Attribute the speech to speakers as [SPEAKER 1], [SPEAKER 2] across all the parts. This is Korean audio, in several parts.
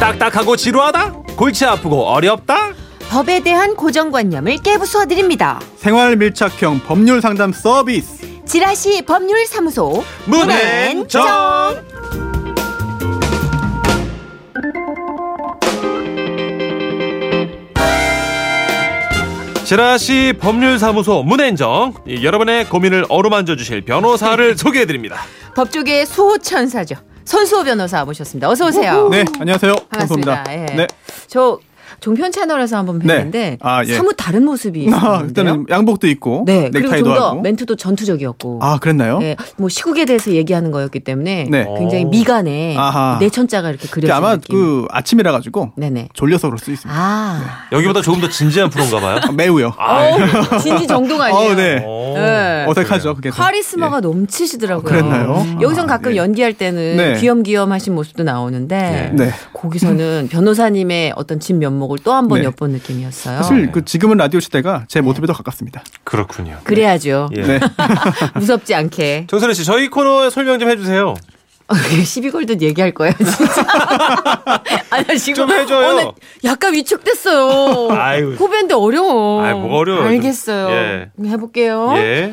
[SPEAKER 1] 딱딱하고 지루하다? 골치 아프고 어렵다?
[SPEAKER 2] 법에 대한 고정관념을 깨부수어 드립니다.
[SPEAKER 3] 생활 밀착형 법률 상담 서비스.
[SPEAKER 2] 지라시 법률사무소
[SPEAKER 1] 문앤정 지라시 법률사무소 문앤정 이, 여러분의 고민을 어루만져 주실 변호사를 소개해 드립니다.
[SPEAKER 2] 법조계의 수호천사죠. 손수호 변호사 모셨습니다. 어서 오세요.
[SPEAKER 3] 네, 안녕하세요.
[SPEAKER 2] 반갑습니다.
[SPEAKER 3] 반갑습니다.
[SPEAKER 2] 예.
[SPEAKER 3] 네.
[SPEAKER 2] 저 종편 채널에서 한번
[SPEAKER 3] 네.
[SPEAKER 2] 뵀는데
[SPEAKER 3] 아, 예.
[SPEAKER 2] 사뭇 다른 모습이
[SPEAKER 3] 아,
[SPEAKER 2] 있었는데요.
[SPEAKER 3] 일단은 양복도 있고
[SPEAKER 2] 네, 그리고
[SPEAKER 3] 넥타이도
[SPEAKER 2] 좀 더
[SPEAKER 3] 하고.
[SPEAKER 2] 멘트도 전투적이었고,
[SPEAKER 3] 아, 그랬나요?
[SPEAKER 2] 예, 뭐 시국에 대해서 얘기하는 거였기 때문에
[SPEAKER 3] 네.
[SPEAKER 2] 굉장히
[SPEAKER 1] 오.
[SPEAKER 2] 미간에
[SPEAKER 3] 아하.
[SPEAKER 2] 내천자가 이렇게
[SPEAKER 3] 이게
[SPEAKER 2] 그려진
[SPEAKER 3] 아마
[SPEAKER 2] 느낌.
[SPEAKER 3] 그 아침이라 가지고
[SPEAKER 2] 네네.
[SPEAKER 3] 졸려서 그럴 수 있습니다.
[SPEAKER 2] 아,
[SPEAKER 1] 여기보다 조금 더 진지한 프로인가 봐요.
[SPEAKER 3] 아, 매우요.
[SPEAKER 2] 어우, 진지 정도가 아니에요.
[SPEAKER 3] 어우, 네.
[SPEAKER 1] 오.
[SPEAKER 2] 네.
[SPEAKER 3] 어색하죠, 그게. 또.
[SPEAKER 1] 예.
[SPEAKER 2] 카리스마가 넘치시더라고요.
[SPEAKER 3] 그랬나요?
[SPEAKER 2] 여기선
[SPEAKER 3] 아,
[SPEAKER 2] 가끔
[SPEAKER 3] 예.
[SPEAKER 2] 연기할 때는
[SPEAKER 3] 네.
[SPEAKER 2] 귀염귀염 하신 모습도 나오는데
[SPEAKER 1] 네.
[SPEAKER 3] 네.
[SPEAKER 2] 거기서는 변호사님의 어떤 진 면목을 또 한 번
[SPEAKER 3] 네.
[SPEAKER 2] 엿본 느낌이었어요.
[SPEAKER 3] 사실 그 지금은 라디오 시대가 제 모습에 더 가깝습니다.
[SPEAKER 1] 그렇군요.
[SPEAKER 2] 그래야죠.
[SPEAKER 1] 예.
[SPEAKER 3] 네.
[SPEAKER 2] 무섭지 않게.
[SPEAKER 1] 정선혜 씨, 저희 코너 설명 좀 해주세요.
[SPEAKER 2] 시비골든 얘기할 거예요, 진짜. 아, 나 지금
[SPEAKER 1] 좀 해줘요.
[SPEAKER 2] 오늘 약간 위축됐어요.
[SPEAKER 1] 아유.
[SPEAKER 2] 후배인데 어려워.
[SPEAKER 1] 아이, 뭐가 어려워요, 좀.
[SPEAKER 2] 알겠어요.
[SPEAKER 1] 예.
[SPEAKER 2] 해볼게요.
[SPEAKER 3] 어?
[SPEAKER 1] 예.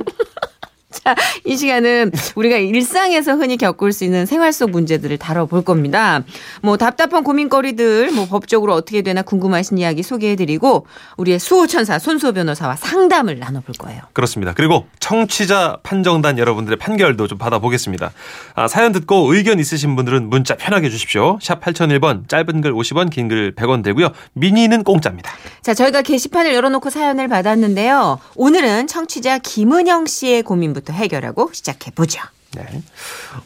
[SPEAKER 2] 자, 이 시간은 우리가 일상에서 흔히 겪을 수 있는 생활 속 문제들을 다뤄볼 겁니다. 뭐 답답한 고민거리들, 뭐 법적으로 어떻게 되나 궁금하신 이야기 소개해드리고 우리의 수호천사 손수호 변호사와 상담을 나눠볼 거예요.
[SPEAKER 1] 그렇습니다. 그리고 청취자 판정단 여러분들의 판결도 좀 받아보겠습니다. 아, 사연 듣고 의견 있으신 분들은 문자 편하게 주십시오. 샵 8001번, 짧은 글 50원, 긴 글 100원 되고요. 미니는 공짜입니다.
[SPEAKER 2] 자, 저희가 게시판을 열어놓고 사연을 받았는데요. 오늘은 청취자 김은영 씨의 고민부터 해결하고 시작해보죠.
[SPEAKER 1] 네.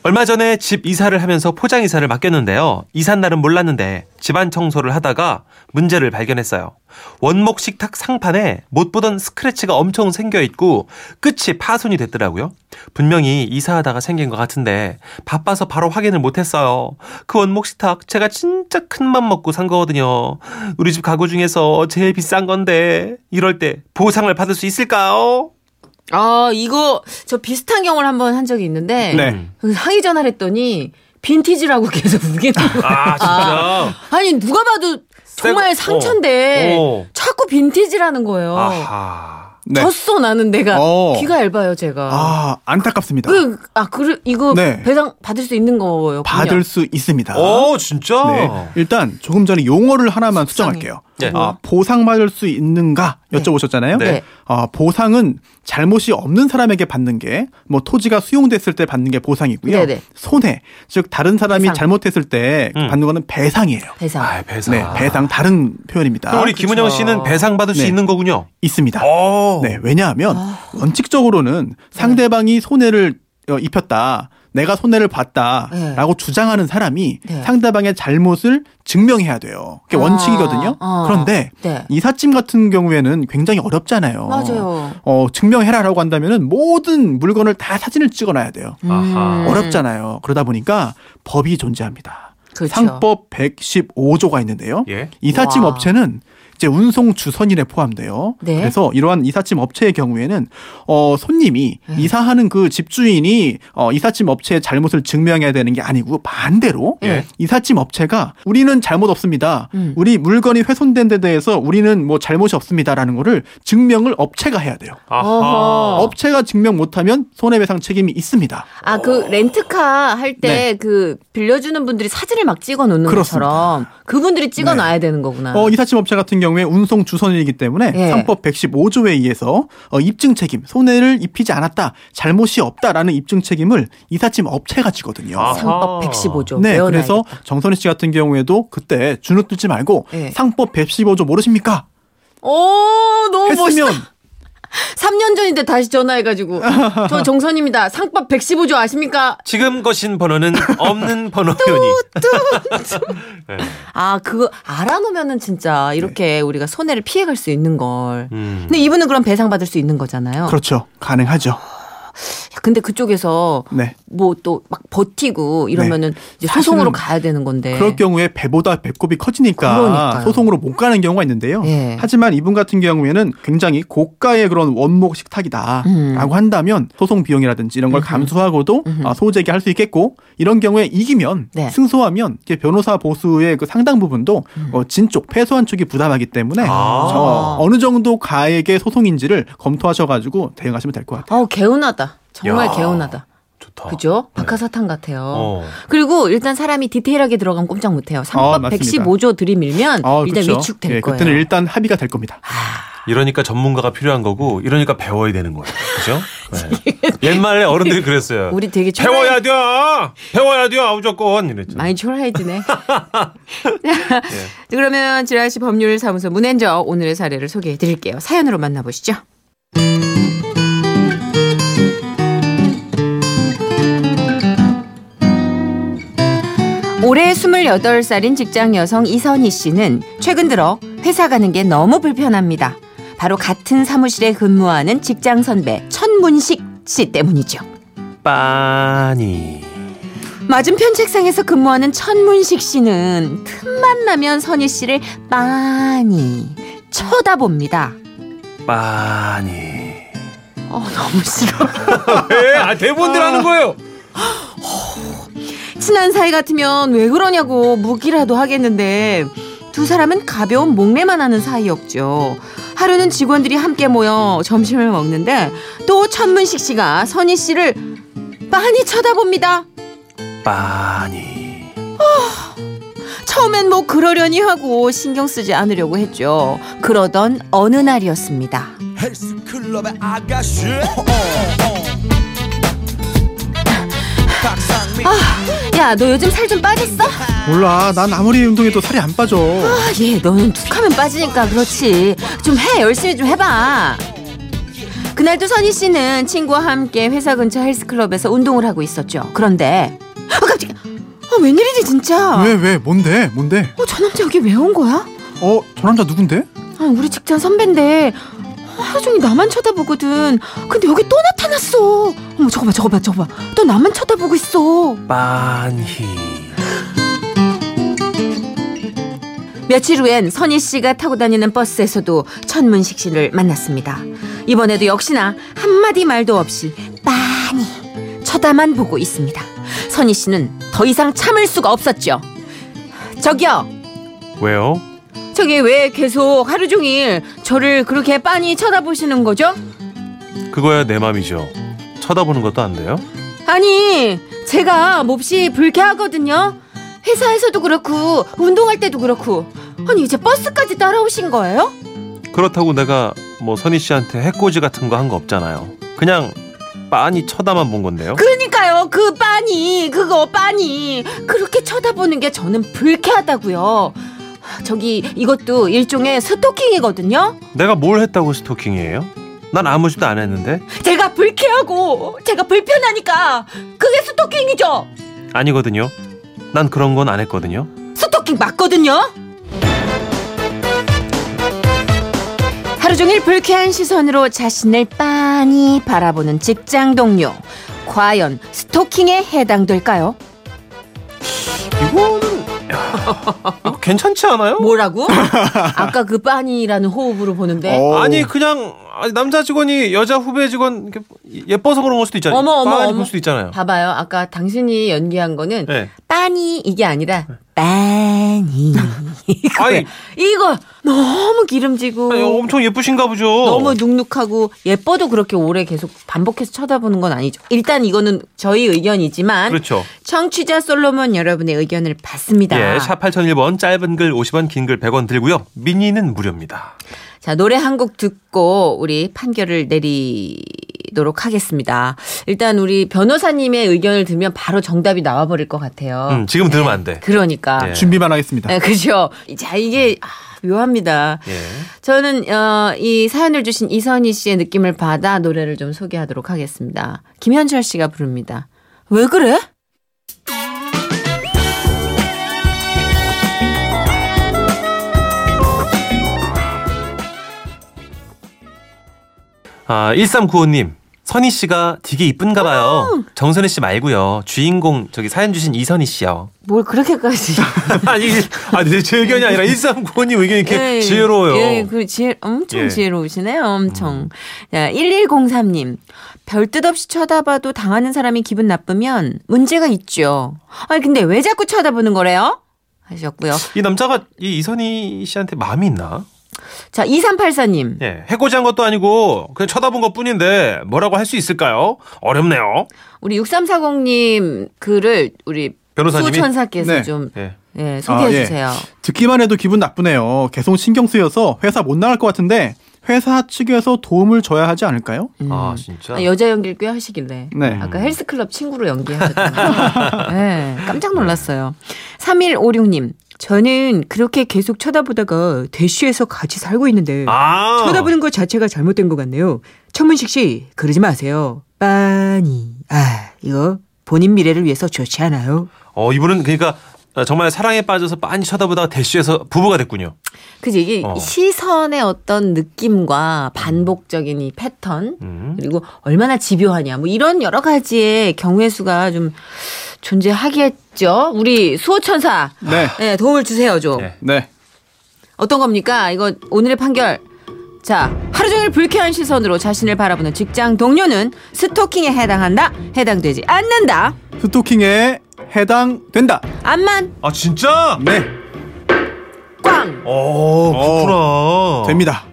[SPEAKER 1] 얼마 전에 집 이사를 하면서 포장 이사를 맡겼는데요. 이삿날은 몰랐는데 집안 청소를 하다가 문제를 발견했어요. 원목 식탁 상판에 못 보던 스크래치가 엄청 생겨 있고 끝이 파손이 됐더라고요. 분명히 이사하다가 생긴 것 같은데 바빠서 바로 확인을 못했어요. 그 원목 식탁 제가 진짜 큰 맘 먹고 산 거거든요. 우리 집 가구 중에서 제일 비싼 건데 이럴 때 보상을 받을 수 있을까요?
[SPEAKER 2] 아, 이거 저 비슷한 경험을 한 번 한 적이 있는데
[SPEAKER 1] 음.
[SPEAKER 3] 네.
[SPEAKER 2] 항의 전화를 했더니 빈티지라고 계속 우기는 거예요.
[SPEAKER 1] 아 진짜.
[SPEAKER 2] 아니 누가 봐도 정말
[SPEAKER 1] 새거-
[SPEAKER 2] 상처인데
[SPEAKER 1] 어.
[SPEAKER 2] 자꾸 빈티지라는 거예요.
[SPEAKER 1] 아하.
[SPEAKER 3] 네.
[SPEAKER 2] 졌어 나는 내가
[SPEAKER 3] 어.
[SPEAKER 2] 귀가 얇아요 제가.
[SPEAKER 3] 아, 안타깝습니다.
[SPEAKER 2] 그, 아, 그, 이거
[SPEAKER 3] 네.
[SPEAKER 2] 배상 받을 수 있는 거예요.
[SPEAKER 3] 받을 수 있습니다.
[SPEAKER 1] 오 진짜?
[SPEAKER 3] 네. 일단 조금 전에 용어를 하나만 수정할게요.
[SPEAKER 1] 어. 네.
[SPEAKER 3] 아, 보상받을 수 있는가 여쭤보셨잖아요.
[SPEAKER 1] 네.
[SPEAKER 2] 네.
[SPEAKER 3] 아, 보상은 잘못이 없는 사람에게 받는 게 뭐 토지가 수용됐을 때 받는 게 보상이고요.
[SPEAKER 2] 네네.
[SPEAKER 3] 손해 즉 다른 사람이
[SPEAKER 2] 배상.
[SPEAKER 3] 잘못했을 때
[SPEAKER 1] 음.
[SPEAKER 3] 받는 거는 배상이에요.
[SPEAKER 2] 배상.
[SPEAKER 1] 아 배상.
[SPEAKER 3] 네, 배상 다른 표현입니다.
[SPEAKER 1] 그럼 우리 어,
[SPEAKER 2] 그쵸.
[SPEAKER 1] 김은영 씨는 배상 받을 수
[SPEAKER 3] 네.
[SPEAKER 1] 있는 거군요.
[SPEAKER 3] 있습니다.
[SPEAKER 2] 어.
[SPEAKER 1] 오.
[SPEAKER 3] 네, 왜냐하면
[SPEAKER 2] 아.
[SPEAKER 3] 원칙적으로는 상대방이 손해를 어, 입혔다. 내가 손해를
[SPEAKER 2] 네.
[SPEAKER 3] 봤다라고 주장하는 사람이
[SPEAKER 2] 네.
[SPEAKER 3] 상대방의 잘못을 증명해야 돼요. 그게
[SPEAKER 2] 아,
[SPEAKER 3] 원칙이거든요.
[SPEAKER 2] 아.
[SPEAKER 3] 그런데
[SPEAKER 2] 네.
[SPEAKER 3] 이삿짐 같은 경우에는 굉장히 어렵잖아요.
[SPEAKER 2] 맞아요.
[SPEAKER 3] 어, 증명해라라고 한다면은 모든 물건을 다 사진을 찍어놔야 돼요.
[SPEAKER 2] 음.
[SPEAKER 1] 아하.
[SPEAKER 3] 어렵잖아요. 그러다 보니까 법이 존재합니다.
[SPEAKER 2] 그렇죠.
[SPEAKER 3] 상법 115조가 있는데요.
[SPEAKER 1] 예.
[SPEAKER 3] 이삿짐
[SPEAKER 2] 와.
[SPEAKER 3] 업체는 이제 운송 주선인에 포함돼요.
[SPEAKER 2] 네.
[SPEAKER 3] 그래서 이러한 이삿짐 업체의 경우에는 어 손님이
[SPEAKER 2] 네.
[SPEAKER 3] 이사하는 그 집주인이 어 이삿짐 업체의 잘못을 증명해야 되는 게 아니고 반대로
[SPEAKER 1] 예.
[SPEAKER 3] 이삿짐 업체가 우리는 잘못 없습니다.
[SPEAKER 2] 음.
[SPEAKER 3] 우리 물건이 훼손된 데 대해서 우리는 뭐 잘못이 없습니다라는 거를 증명을 업체가 해야 돼요.
[SPEAKER 2] 어허. 어.
[SPEAKER 3] 업체가 증명 못하면 손해배상 책임이 있습니다.
[SPEAKER 2] 아, 그 렌트카 할 때
[SPEAKER 3] 네.
[SPEAKER 2] 그 빌려주는 분들이 사진을 막 찍어 놓는
[SPEAKER 3] 그렇습니다.
[SPEAKER 2] 것처럼 그분들이 찍어
[SPEAKER 3] 네.
[SPEAKER 2] 놔야 되는 거구나.
[SPEAKER 3] 어, 이삿짐 업체 같은 경우에 운송 주선이기 때문에
[SPEAKER 2] 아. 예.
[SPEAKER 3] 상법 115조에 의해서 어, 입증 책임, 손해를 입히지 않았다, 잘못이 없다라는 입증 책임을 이삿짐 업체가 지거든요.
[SPEAKER 1] 아,
[SPEAKER 2] 상법
[SPEAKER 1] 아하.
[SPEAKER 2] 115조.
[SPEAKER 3] 네,
[SPEAKER 2] 외워놔야겠다.
[SPEAKER 3] 그래서 정선희 씨 같은 경우에도 그때 주눅 들지 말고
[SPEAKER 2] 예.
[SPEAKER 3] 상법 115조 모르십니까?
[SPEAKER 2] 오, 어, 너무
[SPEAKER 3] 했으면
[SPEAKER 2] 멋있다. 3년 전인데 다시 전화해가지고. 저 정선입니다. 상법 115조 아십니까?
[SPEAKER 1] 지금 거신 번호는 없는 번호 표현이. 네.
[SPEAKER 2] 아, 그거 알아놓으면은 진짜 이렇게
[SPEAKER 3] 네.
[SPEAKER 2] 우리가 손해를 피해갈 수 있는 걸.
[SPEAKER 1] 음.
[SPEAKER 2] 근데 이분은 그럼 배상받을 수 있는 거잖아요.
[SPEAKER 3] 그렇죠, 가능하죠.
[SPEAKER 2] 근데 그쪽에서
[SPEAKER 3] 네.
[SPEAKER 2] 뭐 또 막 버티고 이러면은 이제
[SPEAKER 3] 사실은
[SPEAKER 2] 소송으로 가야 되는 건데.
[SPEAKER 3] 그럴 경우에 배보다 배꼽이 커지니까
[SPEAKER 2] 네. 그러니까요.
[SPEAKER 3] 소송으로 못 가는 경우가 있는데요.
[SPEAKER 2] 예.
[SPEAKER 3] 하지만 이분 같은 경우에는 굉장히 고가의 그런 원목 식탁이다라고
[SPEAKER 2] 음.
[SPEAKER 3] 한다면 소송 비용이라든지 이런 걸 감수하고도 아, 소재기 할 수 있겠고 이런 경우에 이기면
[SPEAKER 2] 네.
[SPEAKER 3] 승소하면 이제 변호사 보수의 그 상당 부분도
[SPEAKER 2] 음.
[SPEAKER 3] 어, 진 쪽, 패소한 쪽이 부담하기 때문에
[SPEAKER 1] 아.
[SPEAKER 3] 저 어느 정도 가액의 소송인지를 검토하셔가지고 대응하시면 될 것 같아요.
[SPEAKER 2] 어우 개운하다. 정말
[SPEAKER 1] 야.
[SPEAKER 2] 개운하다.
[SPEAKER 1] 좋다.
[SPEAKER 2] 그죠?
[SPEAKER 3] 네.
[SPEAKER 2] 박하사탕 같아요.
[SPEAKER 1] 어.
[SPEAKER 2] 그리고 일단 사람이 디테일하게 들어가면 꼼짝 못해요. 상법
[SPEAKER 3] 아, 맞습니다.
[SPEAKER 2] 115조 들이밀면
[SPEAKER 3] 아,
[SPEAKER 2] 일단
[SPEAKER 3] 그렇죠.
[SPEAKER 2] 위축될
[SPEAKER 3] 예,
[SPEAKER 2] 거예요. 아.
[SPEAKER 3] 그때는 일단 합의가 될 겁니다.
[SPEAKER 1] 이러니까 전문가가 필요한 거고 이러니까 배워야 되는 거예요. 그죠? 네. 옛날에 어른들이 그랬어요.
[SPEAKER 2] 우리 되게
[SPEAKER 1] 배워야 돼! 아. 배워야 돼! 무조건! 이랬죠.
[SPEAKER 2] 많이 초라해지네. 자, 그러면 지라시 법률사무소 문앤저 오늘의 사례를 소개해 드릴게요. 사연으로 만나보시죠. 올해 28살인 직장 여성 이선희 씨는 최근 들어 회사 가는 게 너무 불편합니다. 바로 같은 사무실에 근무하는 직장 선배 천문식 씨 때문이죠.
[SPEAKER 1] 빠니.
[SPEAKER 2] 맞은편 책상에서 근무하는 천문식 씨는 틈만 나면 선희 씨를 빤히 쳐다봅니다.
[SPEAKER 1] 빠니.
[SPEAKER 2] 어, 너무 싫어.
[SPEAKER 1] 왜? 네, 아, 대본들 하는 거예요!
[SPEAKER 2] 친한 사이 같으면 왜 그러냐고 묻기라도 하겠는데 두 사람은 가벼운 목례만 하는 사이였죠. 하루는 직원들이 함께 모여 점심을 먹는데 또 천문식 씨가 선희 씨를 빤히 쳐다봅니다.
[SPEAKER 1] 빠니.
[SPEAKER 2] 처음엔 뭐 그러려니 하고 신경 쓰지 않으려고 했죠. 그러던 어느 날이었습니다.
[SPEAKER 4] 헬스클럽의 아가씨 어, 어, 어. 박상민
[SPEAKER 2] 야, 너 요즘 살 좀 빠졌어?
[SPEAKER 3] 몰라, 난 아무리 운동해도 살이 안 빠져.
[SPEAKER 2] 아, 얘, 너는 툭하면 빠지니까 그렇지. 좀 해, 열심히 좀 해봐. 그날도 선희 씨는 친구와 함께 회사 근처 헬스클럽에서 운동을 하고 있었죠. 그런데, 아, 깜짝이야. 아, 웬일이지, 진짜?
[SPEAKER 3] 왜, 왜, 뭔데, 뭔데?
[SPEAKER 2] 어, 저 남자 여기 왜 온 거야?
[SPEAKER 3] 어, 저 남자 누군데?
[SPEAKER 2] 아, 우리 직장 선배인데, 아, 하루 종일 나만 쳐다보거든. 근데 여기 또 나타났어. 어머, 저거 봐, 저거 봐, 저거 봐. 또 나만 쳐다보고 있어.
[SPEAKER 1] 빠니.
[SPEAKER 2] 며칠 후엔 선희 씨가 타고 다니는 버스에서도 천문식 씨를 만났습니다. 이번에도 역시나 한마디 말도 없이 빤히 쳐다만 보고 있습니다. 선희 씨는 더 이상 참을 수가 없었죠. 저기요,
[SPEAKER 1] 왜요?
[SPEAKER 2] 저기 왜 계속 하루 종일 저를 그렇게 빤히 쳐다보시는 거죠?
[SPEAKER 1] 그거야 내 맘이죠. 쳐다보는 것도 안 돼요?
[SPEAKER 2] 아니, 제가 몹시 불쾌하거든요. 회사에서도 그렇고 운동할 때도 그렇고 아니 이제 버스까지 따라오신 거예요?
[SPEAKER 1] 그렇다고 내가 뭐 선희 씨한테 해코지 같은 거 한 거 없잖아요. 그냥 빤히 쳐다만 본 건데요.
[SPEAKER 2] 그러니까요 그 빤이 그거 빤이 그렇게 쳐다보는 게 저는 불쾌하다고요 저기 이것도 일종의 스토킹이거든요
[SPEAKER 1] 내가 뭘 했다고 스토킹이에요? 난 아무 짓도 안 했는데
[SPEAKER 2] 제가 불쾌하고 제가 불편하니까 그게 스토킹이죠
[SPEAKER 1] 아니거든요. 난 그런 건 안 했거든요.
[SPEAKER 2] 스토킹 맞거든요 하루 종일 불쾌한 시선으로 자신을 빤히 바라보는 직장 동료 과연 스토킹에 해당될까요?
[SPEAKER 1] 이거는 이거 괜찮지 않아요?
[SPEAKER 2] 뭐라고? 아까 그 빤이라는 호흡으로 보는데
[SPEAKER 3] 어.
[SPEAKER 1] 네. 아니 그냥 아니, 남자 직원이 여자 후배 직원 이렇게 예뻐서 그런 걸 수도 있잖아요.
[SPEAKER 2] 어머, 어머,
[SPEAKER 1] 빤히
[SPEAKER 2] 어머.
[SPEAKER 1] 볼 수도 있잖아요.
[SPEAKER 2] 봐봐요. 아까 당신이 연기한 거는
[SPEAKER 1] 네.
[SPEAKER 2] 빤이 이게 아니라 빤이
[SPEAKER 1] 아니,
[SPEAKER 2] 이거 너무 기름지고
[SPEAKER 1] 아니, 엄청 예쁘신가 보죠.
[SPEAKER 2] 너무 눅눅하고 예뻐도 그렇게 오래 계속 반복해서 쳐다보는 건 아니죠. 일단 이거는 저희 의견이지만
[SPEAKER 1] 그렇죠.
[SPEAKER 2] 청취자 솔로몬 여러분의 의견을 받습니다.
[SPEAKER 1] 예, 샵 8001번 짧은 글 50원, 긴 글 100원 들고요. 미니는 무료입니다.
[SPEAKER 2] 자, 노래 한 곡 듣고 우리 판결을 내리도록 하겠습니다. 일단 우리 변호사님의 의견을 들면 바로 정답이 나와버릴 것 같아요.
[SPEAKER 1] 음, 지금 들으면 안 돼.
[SPEAKER 2] 그러니까.
[SPEAKER 1] 예.
[SPEAKER 3] 준비만 하겠습니다.
[SPEAKER 2] 네, 그죠. 자, 이게 아, 묘합니다.
[SPEAKER 1] 예.
[SPEAKER 2] 저는 어, 이 사연을 주신 이선희 씨의 느낌을 받아 노래를 좀 소개하도록 하겠습니다. 김현철 씨가 부릅니다. 왜 그래?
[SPEAKER 1] 아, 1395님. 선희 씨가 되게 이쁜가 봐요.
[SPEAKER 2] 음.
[SPEAKER 1] 정선희 씨 말고요. 주인공 저기 사연 주신 이선희 씨요.
[SPEAKER 2] 뭘 그렇게까지.
[SPEAKER 1] 아니, 이게- 아니 제, 제 의견이 아니라 1395님 의견이 이렇게
[SPEAKER 2] 예,
[SPEAKER 1] 지혜로워요.
[SPEAKER 2] 예, 그 지혜, 엄청
[SPEAKER 1] 예. 음.
[SPEAKER 2] 지혜로우시네요. 엄청. 자, 1103님. 별뜻 없이 쳐다봐도 당하는 사람이 기분 나쁘면 문제가 있죠. 아니, 근데 왜 자꾸 쳐다보는 거래요? 하셨고요.
[SPEAKER 1] 이 남자가 이 이선희 씨한테 마음이 있나?
[SPEAKER 2] 자, 2384님.
[SPEAKER 1] 예, 해코지한 것도 아니고 그냥 쳐다본 것 뿐인데 뭐라고 할 수 있을까요? 어렵네요.
[SPEAKER 2] 우리 6340님 글을 우리
[SPEAKER 1] 변호사님이?
[SPEAKER 2] 수천사께서
[SPEAKER 3] 네.
[SPEAKER 2] 좀
[SPEAKER 1] 예.
[SPEAKER 2] 예, 소개해
[SPEAKER 3] 아, 예.
[SPEAKER 2] 주세요.
[SPEAKER 3] 듣기만 해도 기분 나쁘네요. 계속 신경 쓰여서 회사 못 나갈 것 같은데 회사 측에서 도움을 줘야 하지 않을까요?
[SPEAKER 1] 아 진짜.
[SPEAKER 2] 아, 여자 연기를 꽤 하시길래
[SPEAKER 3] 네.
[SPEAKER 2] 아까 헬스클럽 친구로 연기하셨잖아요. 네, 깜짝 놀랐어요. 3156님 저는 그렇게 계속 쳐다보다가 대쉬해서 같이 살고 있는데
[SPEAKER 1] 아.
[SPEAKER 2] 쳐다보는 것 자체가 잘못된 것 같네요. 천문식 씨 그러지 마세요. 빤히 아 이거 본인 미래를 위해서 좋지 않아요.
[SPEAKER 1] 어 이분은 그러니까 정말 사랑에 빠져서 빤히 쳐다보다가 대쉬해서 부부가 됐군요.
[SPEAKER 2] 그지 이게
[SPEAKER 1] 어.
[SPEAKER 2] 시선의 어떤 느낌과 반복적인 이 패턴
[SPEAKER 1] 음.
[SPEAKER 2] 그리고 얼마나 집요하냐 뭐 이런 여러 가지의 경우의 수가 좀 존재하겠죠. 우리 수호천사
[SPEAKER 3] 네.
[SPEAKER 2] 네, 도움을 주세요 좀
[SPEAKER 1] 네.
[SPEAKER 3] 네.
[SPEAKER 2] 어떤 겁니까? 이거 오늘의 판결. 자, 하루 종일 불쾌한 시선으로 자신을 바라보는 직장 동료는 스토킹에 해당한다. 해당되지 않는다.
[SPEAKER 3] 스토킹에 해당된다.
[SPEAKER 2] 암만
[SPEAKER 1] 아 진짜?
[SPEAKER 3] 네.
[SPEAKER 2] 꽝.
[SPEAKER 1] 어 그렇구나.
[SPEAKER 3] 됩니다.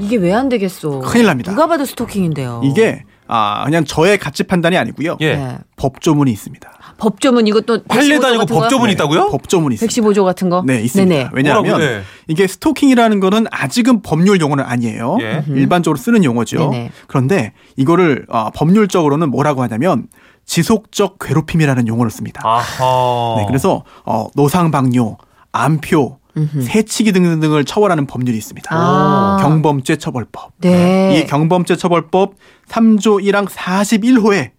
[SPEAKER 2] 이게 왜 안 되겠어?
[SPEAKER 3] 큰일 납니다.
[SPEAKER 2] 누가 봐도 스토킹인데요.
[SPEAKER 3] 이게 아, 그냥 저의 가치 판단이 아니고요.
[SPEAKER 1] 어. 예.
[SPEAKER 2] 네.
[SPEAKER 3] 법조문이 있습니다. 네.
[SPEAKER 2] 법조문 이것도
[SPEAKER 1] 관례도 아니고
[SPEAKER 2] 115조 같은 거?
[SPEAKER 1] 법조문이 있다고요?
[SPEAKER 3] 법조문이 있습니다.
[SPEAKER 2] 115조 같은 거?
[SPEAKER 3] 네, 있습니다.
[SPEAKER 2] 어? 네네.
[SPEAKER 3] 왜냐하면
[SPEAKER 1] 뭐라고, 네.
[SPEAKER 3] 이게 스토킹이라는 거는 아직은 법률 용어는 아니에요.
[SPEAKER 1] 예.
[SPEAKER 3] 일반적으로 쓰는 용어죠.
[SPEAKER 2] 네네.
[SPEAKER 3] 그런데 이거를 어, 법률적으로는 뭐라고 하냐면 지속적 괴롭힘이라는 용어를 씁니다.
[SPEAKER 1] 아하.
[SPEAKER 3] 네, 그래서 어, 노상방뇨, 암표, 새치기 등등을 처벌하는 법률이 있습니다.
[SPEAKER 2] 아.
[SPEAKER 3] 경범죄 처벌법.
[SPEAKER 2] 네.
[SPEAKER 3] 이 경범죄 처벌법 3조 1항 41호에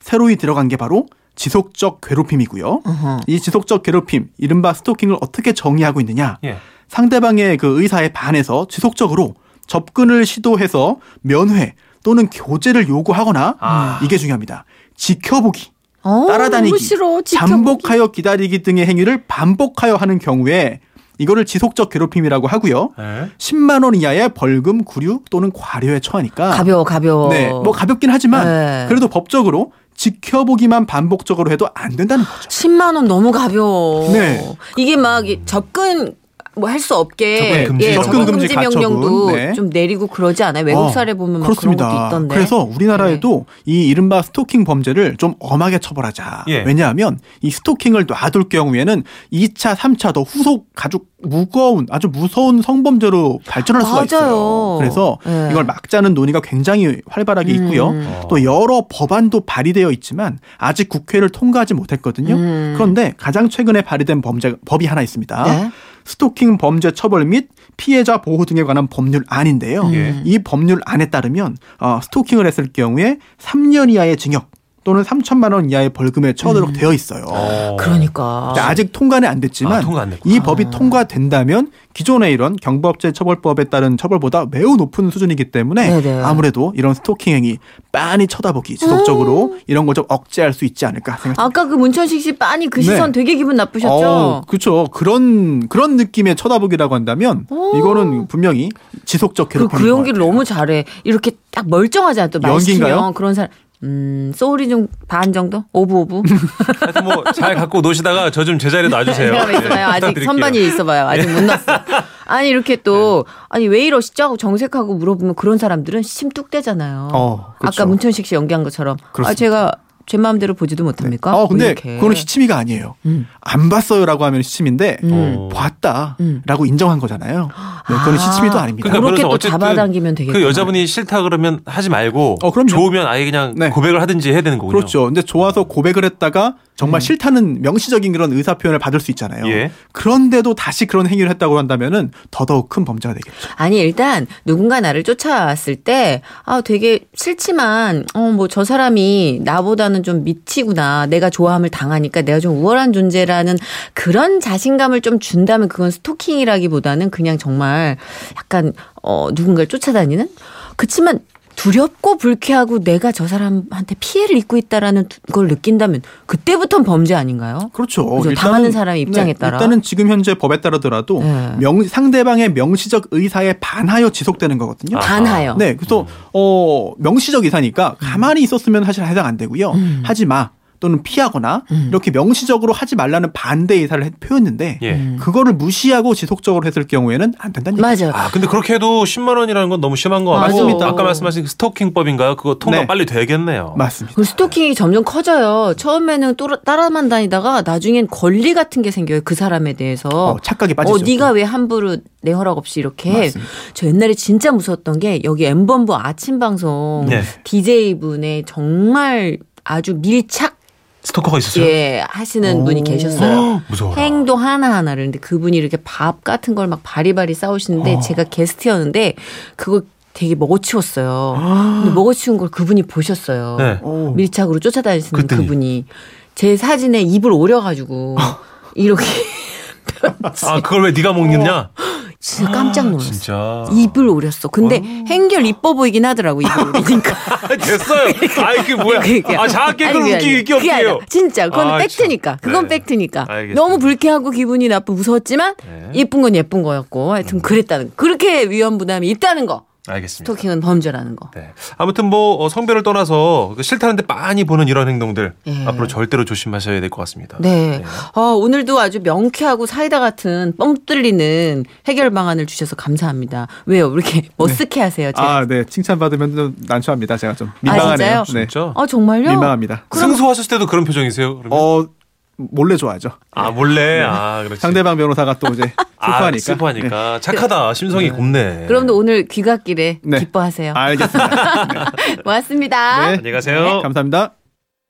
[SPEAKER 3] 새로이 들어간 게 바로 지속적 괴롭힘이고요.
[SPEAKER 2] 어허.
[SPEAKER 3] 이 지속적 괴롭힘, 이른바 스토킹을 어떻게 정의하고 있느냐?
[SPEAKER 1] 예.
[SPEAKER 3] 상대방의 그 의사에 반해서 지속적으로 접근을 시도해서 면회 또는 교제를 요구하거나
[SPEAKER 1] 아.
[SPEAKER 3] 이게 중요합니다. 지켜보기,
[SPEAKER 2] 어, 너무
[SPEAKER 3] 따라다니기,
[SPEAKER 2] 싫어. 지켜보기.
[SPEAKER 3] 잠복하여 기다리기 등의 행위를 반복하여 하는 경우에 이거를 지속적 괴롭힘이라고 하고요.
[SPEAKER 1] 예.
[SPEAKER 3] 10만 원 이하의 벌금, 구류 또는 과료에 처하니까
[SPEAKER 2] 가벼워, 가벼워.
[SPEAKER 3] 네, 뭐 가볍긴 하지만
[SPEAKER 2] 네.
[SPEAKER 3] 그래도 법적으로 지켜보기만 반복적으로 해도 안 된다는 거죠.
[SPEAKER 2] 10만 원 너무 가벼워.
[SPEAKER 3] 네.
[SPEAKER 2] 이게 막 이- 접근 뭐 할 수 없게
[SPEAKER 1] 접근 금지.
[SPEAKER 2] 예,
[SPEAKER 1] 접근
[SPEAKER 2] 접근
[SPEAKER 3] 금지
[SPEAKER 2] 금지 명령도
[SPEAKER 3] 가처분. 네.
[SPEAKER 2] 좀 내리고 그러지 않아요? 외국
[SPEAKER 3] 어,
[SPEAKER 2] 사례 보면 막 그런
[SPEAKER 3] 그렇습니다.
[SPEAKER 2] 것도 있던데. 네.
[SPEAKER 3] 그래서 우리나라에도 이 이른바 스토킹 범죄를 좀 엄하게 처벌하자.
[SPEAKER 1] 예.
[SPEAKER 3] 왜냐하면 이 스토킹을 놔둘 경우에는 2차, 3차 더 후속 아주 무거운 아주 무서운 성범죄로 발전할 수가
[SPEAKER 2] 맞아요.
[SPEAKER 3] 있어요. 그래서
[SPEAKER 2] 예.
[SPEAKER 3] 이걸 막자는 논의가 굉장히 활발하게
[SPEAKER 2] 음.
[SPEAKER 3] 있고요. 또 여러 법안도 발의되어 있지만 아직 국회를 통과하지 못했거든요.
[SPEAKER 2] 음.
[SPEAKER 3] 그런데 가장 최근에 발의된 범죄 법이 하나 있습니다.
[SPEAKER 2] 네.
[SPEAKER 3] 스토킹 범죄 처벌 및 피해자 보호 등에 관한 법률 안인데요.
[SPEAKER 1] 예.
[SPEAKER 3] 이 법률 안에 따르면 어, 스토킹을 했을 경우에 3년 이하의 징역 또는 3천만 원 이하의 벌금에
[SPEAKER 1] 음.
[SPEAKER 3] 처하도록 되어 있어요.
[SPEAKER 1] 어.
[SPEAKER 2] 그러니까.
[SPEAKER 3] 근데 아직 통과는 안 됐지만
[SPEAKER 1] 아, 통과 안 됐구나.
[SPEAKER 3] 이 법이 통과된다면 기존의 이런 경범죄 처벌법에 따른 처벌보다 매우 높은 수준이기 때문에
[SPEAKER 2] 네네.
[SPEAKER 3] 아무래도 이런 스토킹 행위 빤히 쳐다보기 지속적으로
[SPEAKER 1] 음.
[SPEAKER 3] 이런 걸 좀 억제할 수 있지 않을까 생각합니다.
[SPEAKER 2] 아까 그 문천식 씨 빤히 그
[SPEAKER 3] 네.
[SPEAKER 2] 시선 되게 기분 나쁘셨죠?
[SPEAKER 3] 그렇죠. 그런 그런 느낌의 쳐다보기라고 한다면 이거는 분명히 지속적
[SPEAKER 2] 그, 그
[SPEAKER 3] 괴롭힘인 것
[SPEAKER 2] 연기를
[SPEAKER 3] 같아요.
[SPEAKER 2] 너무 잘해. 이렇게 딱 멀쩡하지 않아. 또말
[SPEAKER 3] 연기인가요?
[SPEAKER 2] 시키면 그런 사람. 음, 소울이 좀 반 정도? 오브 오브?
[SPEAKER 1] 하여튼 뭐 잘 갖고 노시다가 저 좀 제자리에 놔주세요. 예,
[SPEAKER 2] 잠깐만 네, 있어봐요. 아직
[SPEAKER 1] 부탁드릴게요. 네.
[SPEAKER 2] 선반이 있어봐요. 아직 못 났어. 아니 이렇게 또 아니 왜 이러시죠? 하고 정색하고 물어보면 그런 사람들은 심뚝대잖아요.
[SPEAKER 3] 어, 그렇죠.
[SPEAKER 2] 아까 문천식 씨 연기한 것처럼 아
[SPEAKER 3] 그렇습니다.
[SPEAKER 2] 제가 제 마음대로 보지도 못합니까? 뭐
[SPEAKER 3] 어, 근데
[SPEAKER 2] 이렇게. 음.
[SPEAKER 3] 그거는 시침이가 아니에요. 안 봤어요라고 하면 시침인데 봤다라고
[SPEAKER 2] 음.
[SPEAKER 3] 인정한 거잖아요. 네, 그건 시침이도 아닙니다.
[SPEAKER 2] 그러니까- 그렇게
[SPEAKER 1] 그래서
[SPEAKER 2] 또
[SPEAKER 1] 어쨌든
[SPEAKER 2] 잡아당기면 되겠구나.
[SPEAKER 1] 그 여자분이 싫다 그러면 하지 말고
[SPEAKER 3] 어, 그럼요.
[SPEAKER 1] 좋으면 아예 그냥
[SPEAKER 3] 네.
[SPEAKER 1] 고백을 하든지 해야 되는 거군요.
[SPEAKER 3] 그렇죠. 근데 좋아서 고백을 했다가
[SPEAKER 2] 음.
[SPEAKER 3] 정말 싫다는 명시적인 그런 의사 표현을 받을 수 있잖아요.
[SPEAKER 1] 예.
[SPEAKER 3] 그런데도 다시 그런 행위를 했다고 한다면은 더더욱 큰 범죄가 되겠죠.
[SPEAKER 2] 아니 일단 누군가 나를 쫓아왔을 때 아 되게 싫지만 어 뭐 저 사람이 나보다는 좀 미치구나 내가 좋아함을 당하니까 내가 좀 우월한 존재라는 그런 자신감을 좀 준다면 그건 스토킹이라기보다는 그냥 정말 약간 어 누군가를 쫓아다니는 그치만 두렵고 불쾌하고 내가 저 사람한테 피해를 입고 있다라는 두- 걸 느낀다면 그때부터는 범죄 아닌가요?
[SPEAKER 3] 그렇죠. 네,
[SPEAKER 2] 그죠. 당하는 사람의 입장에 따라.
[SPEAKER 3] 일단은 지금 현재 법에 따르더라도
[SPEAKER 2] 네.
[SPEAKER 3] 명- 상대방의 명시적 의사에 반하여 지속되는 거거든요.
[SPEAKER 1] 아.
[SPEAKER 2] 단하여. 음.
[SPEAKER 3] 네, 그래서 어 명시적 의사니까 가만히 있었으면 사실 해당 안 되고요.
[SPEAKER 2] 음.
[SPEAKER 3] 하지 마 또는 피하거나 이렇게 명시적으로 하지 말라는 반대 의사를 했- 표현했는데
[SPEAKER 1] 예.
[SPEAKER 2] 음.
[SPEAKER 3] 그거를 무시하고 지속적으로 했을 경우에는 안 된다는 얘기죠.
[SPEAKER 2] 맞아요.
[SPEAKER 1] 아, 근데 그렇게 해도 10만 원이라는 건 너무 심한 거 같고
[SPEAKER 2] 맞습니다.
[SPEAKER 1] 아까 말씀하신 그 스토킹법인가요? 그거 통과
[SPEAKER 3] 네.
[SPEAKER 1] 빨리 되겠네요.
[SPEAKER 3] 맞습니다.
[SPEAKER 2] 그 스토킹이 점점 커져요. 처음에는 또라- 따라만 다니다가 나중엔 권리 같은 게 생겨요. 그 사람에 대해서.
[SPEAKER 3] 어, 착각에 빠지죠.
[SPEAKER 2] 어, 네가 왜 함부로 내 허락 없이 이렇게 해?
[SPEAKER 3] 맞습니다.
[SPEAKER 2] 저 옛날에 진짜 무서웠던 게 여기 엠번부 아침 방송
[SPEAKER 1] 네.
[SPEAKER 2] DJ 분의 정말 아주 밀착
[SPEAKER 1] 스토커가 있었어요.
[SPEAKER 2] 예 하시는 분이 계셨어요.
[SPEAKER 1] 헉, 무서워.
[SPEAKER 2] 행동 하나하나를 근데 그분이 이렇게 밥 같은 걸 막 바리바리
[SPEAKER 3] 어.
[SPEAKER 2] 싸우시는데 제가 게스트였는데 그걸 되게 먹어치웠어요. 근데 먹어치운 걸 그분이 보셨어요.
[SPEAKER 1] 네.
[SPEAKER 3] 오.
[SPEAKER 2] 밀착으로 쫓아다니시는
[SPEAKER 1] 그랬더니.
[SPEAKER 2] 그분이제 사진에 입을
[SPEAKER 1] 어.
[SPEAKER 2] 오려가지고 이렇게
[SPEAKER 1] 아, 그걸 왜 네가 먹느냐?
[SPEAKER 2] 진짜 깜짝 놀랐어요.
[SPEAKER 1] 진짜.
[SPEAKER 2] 입을 오렸어. 근데 행결 이뻐 보이긴 하더라고 입을 오리니까.
[SPEAKER 1] 아, 됐어요. 아, 이게 뭐야?
[SPEAKER 2] 그러니까.
[SPEAKER 1] 아, 자학계
[SPEAKER 2] 아니,
[SPEAKER 1] 그걸 웃기
[SPEAKER 2] 그게 아니라.
[SPEAKER 1] 웃기
[SPEAKER 2] 그게
[SPEAKER 1] 없게요.
[SPEAKER 2] 아니라 진짜 그건
[SPEAKER 1] 아,
[SPEAKER 2] 팩트니까.
[SPEAKER 1] 참.
[SPEAKER 2] 그건
[SPEAKER 1] 네.
[SPEAKER 2] 팩트니까.
[SPEAKER 1] 알겠습니다.
[SPEAKER 2] 너무 불쾌하고 기분이 나쁘고 무서웠지만
[SPEAKER 1] 네. 음.
[SPEAKER 2] 예쁜 건 예쁜 거였고 하여튼 그랬다는 그렇게 위험 부담이 있다는 거.
[SPEAKER 1] 알겠습니다.
[SPEAKER 2] 스토킹은 범죄라는 거.
[SPEAKER 1] 네. 아무튼 뭐 어, 성별을 떠나서 그 싫다는데 빤히 보는 이런 행동들
[SPEAKER 2] 예.
[SPEAKER 1] 앞으로 절대로 조심하셔야 될 것
[SPEAKER 3] 아,
[SPEAKER 1] 같습니다.
[SPEAKER 2] 네.
[SPEAKER 1] 네.
[SPEAKER 2] 어, 오늘도 아주 명쾌하고 사이다 같은 뻥 뚫리는 해결 방안을 주셔서 감사합니다. 왜요? 이렇게 머쓱해 하세요. 제가.
[SPEAKER 3] 네. 아, 네. 칭찬받으면 좀 난처합니다. 제가 좀
[SPEAKER 2] 아,
[SPEAKER 3] 민망하네요.
[SPEAKER 2] 진짜요?
[SPEAKER 3] 네.
[SPEAKER 1] 진짜?
[SPEAKER 2] 어, 정말요?
[SPEAKER 3] 민망합니다.
[SPEAKER 1] 승소하셨을 때도 그런 표정이세요? 그러면?
[SPEAKER 3] 어, 몰래 좋아하죠.
[SPEAKER 1] 아 몰래 아 그렇지.
[SPEAKER 3] 상대방 변호사가 또 이제
[SPEAKER 1] 아,
[SPEAKER 3] 슬퍼하니까. 네.
[SPEAKER 1] 슬퍼하니까 착하다 심성이 곱네.
[SPEAKER 2] 그럼도 오늘 귀갓길에
[SPEAKER 3] 네.
[SPEAKER 2] 기뻐하세요.
[SPEAKER 3] 알겠습니다.
[SPEAKER 2] 고맙습니다.
[SPEAKER 3] 네.
[SPEAKER 1] 안녕히 가세요.
[SPEAKER 3] 어? 감사합니다.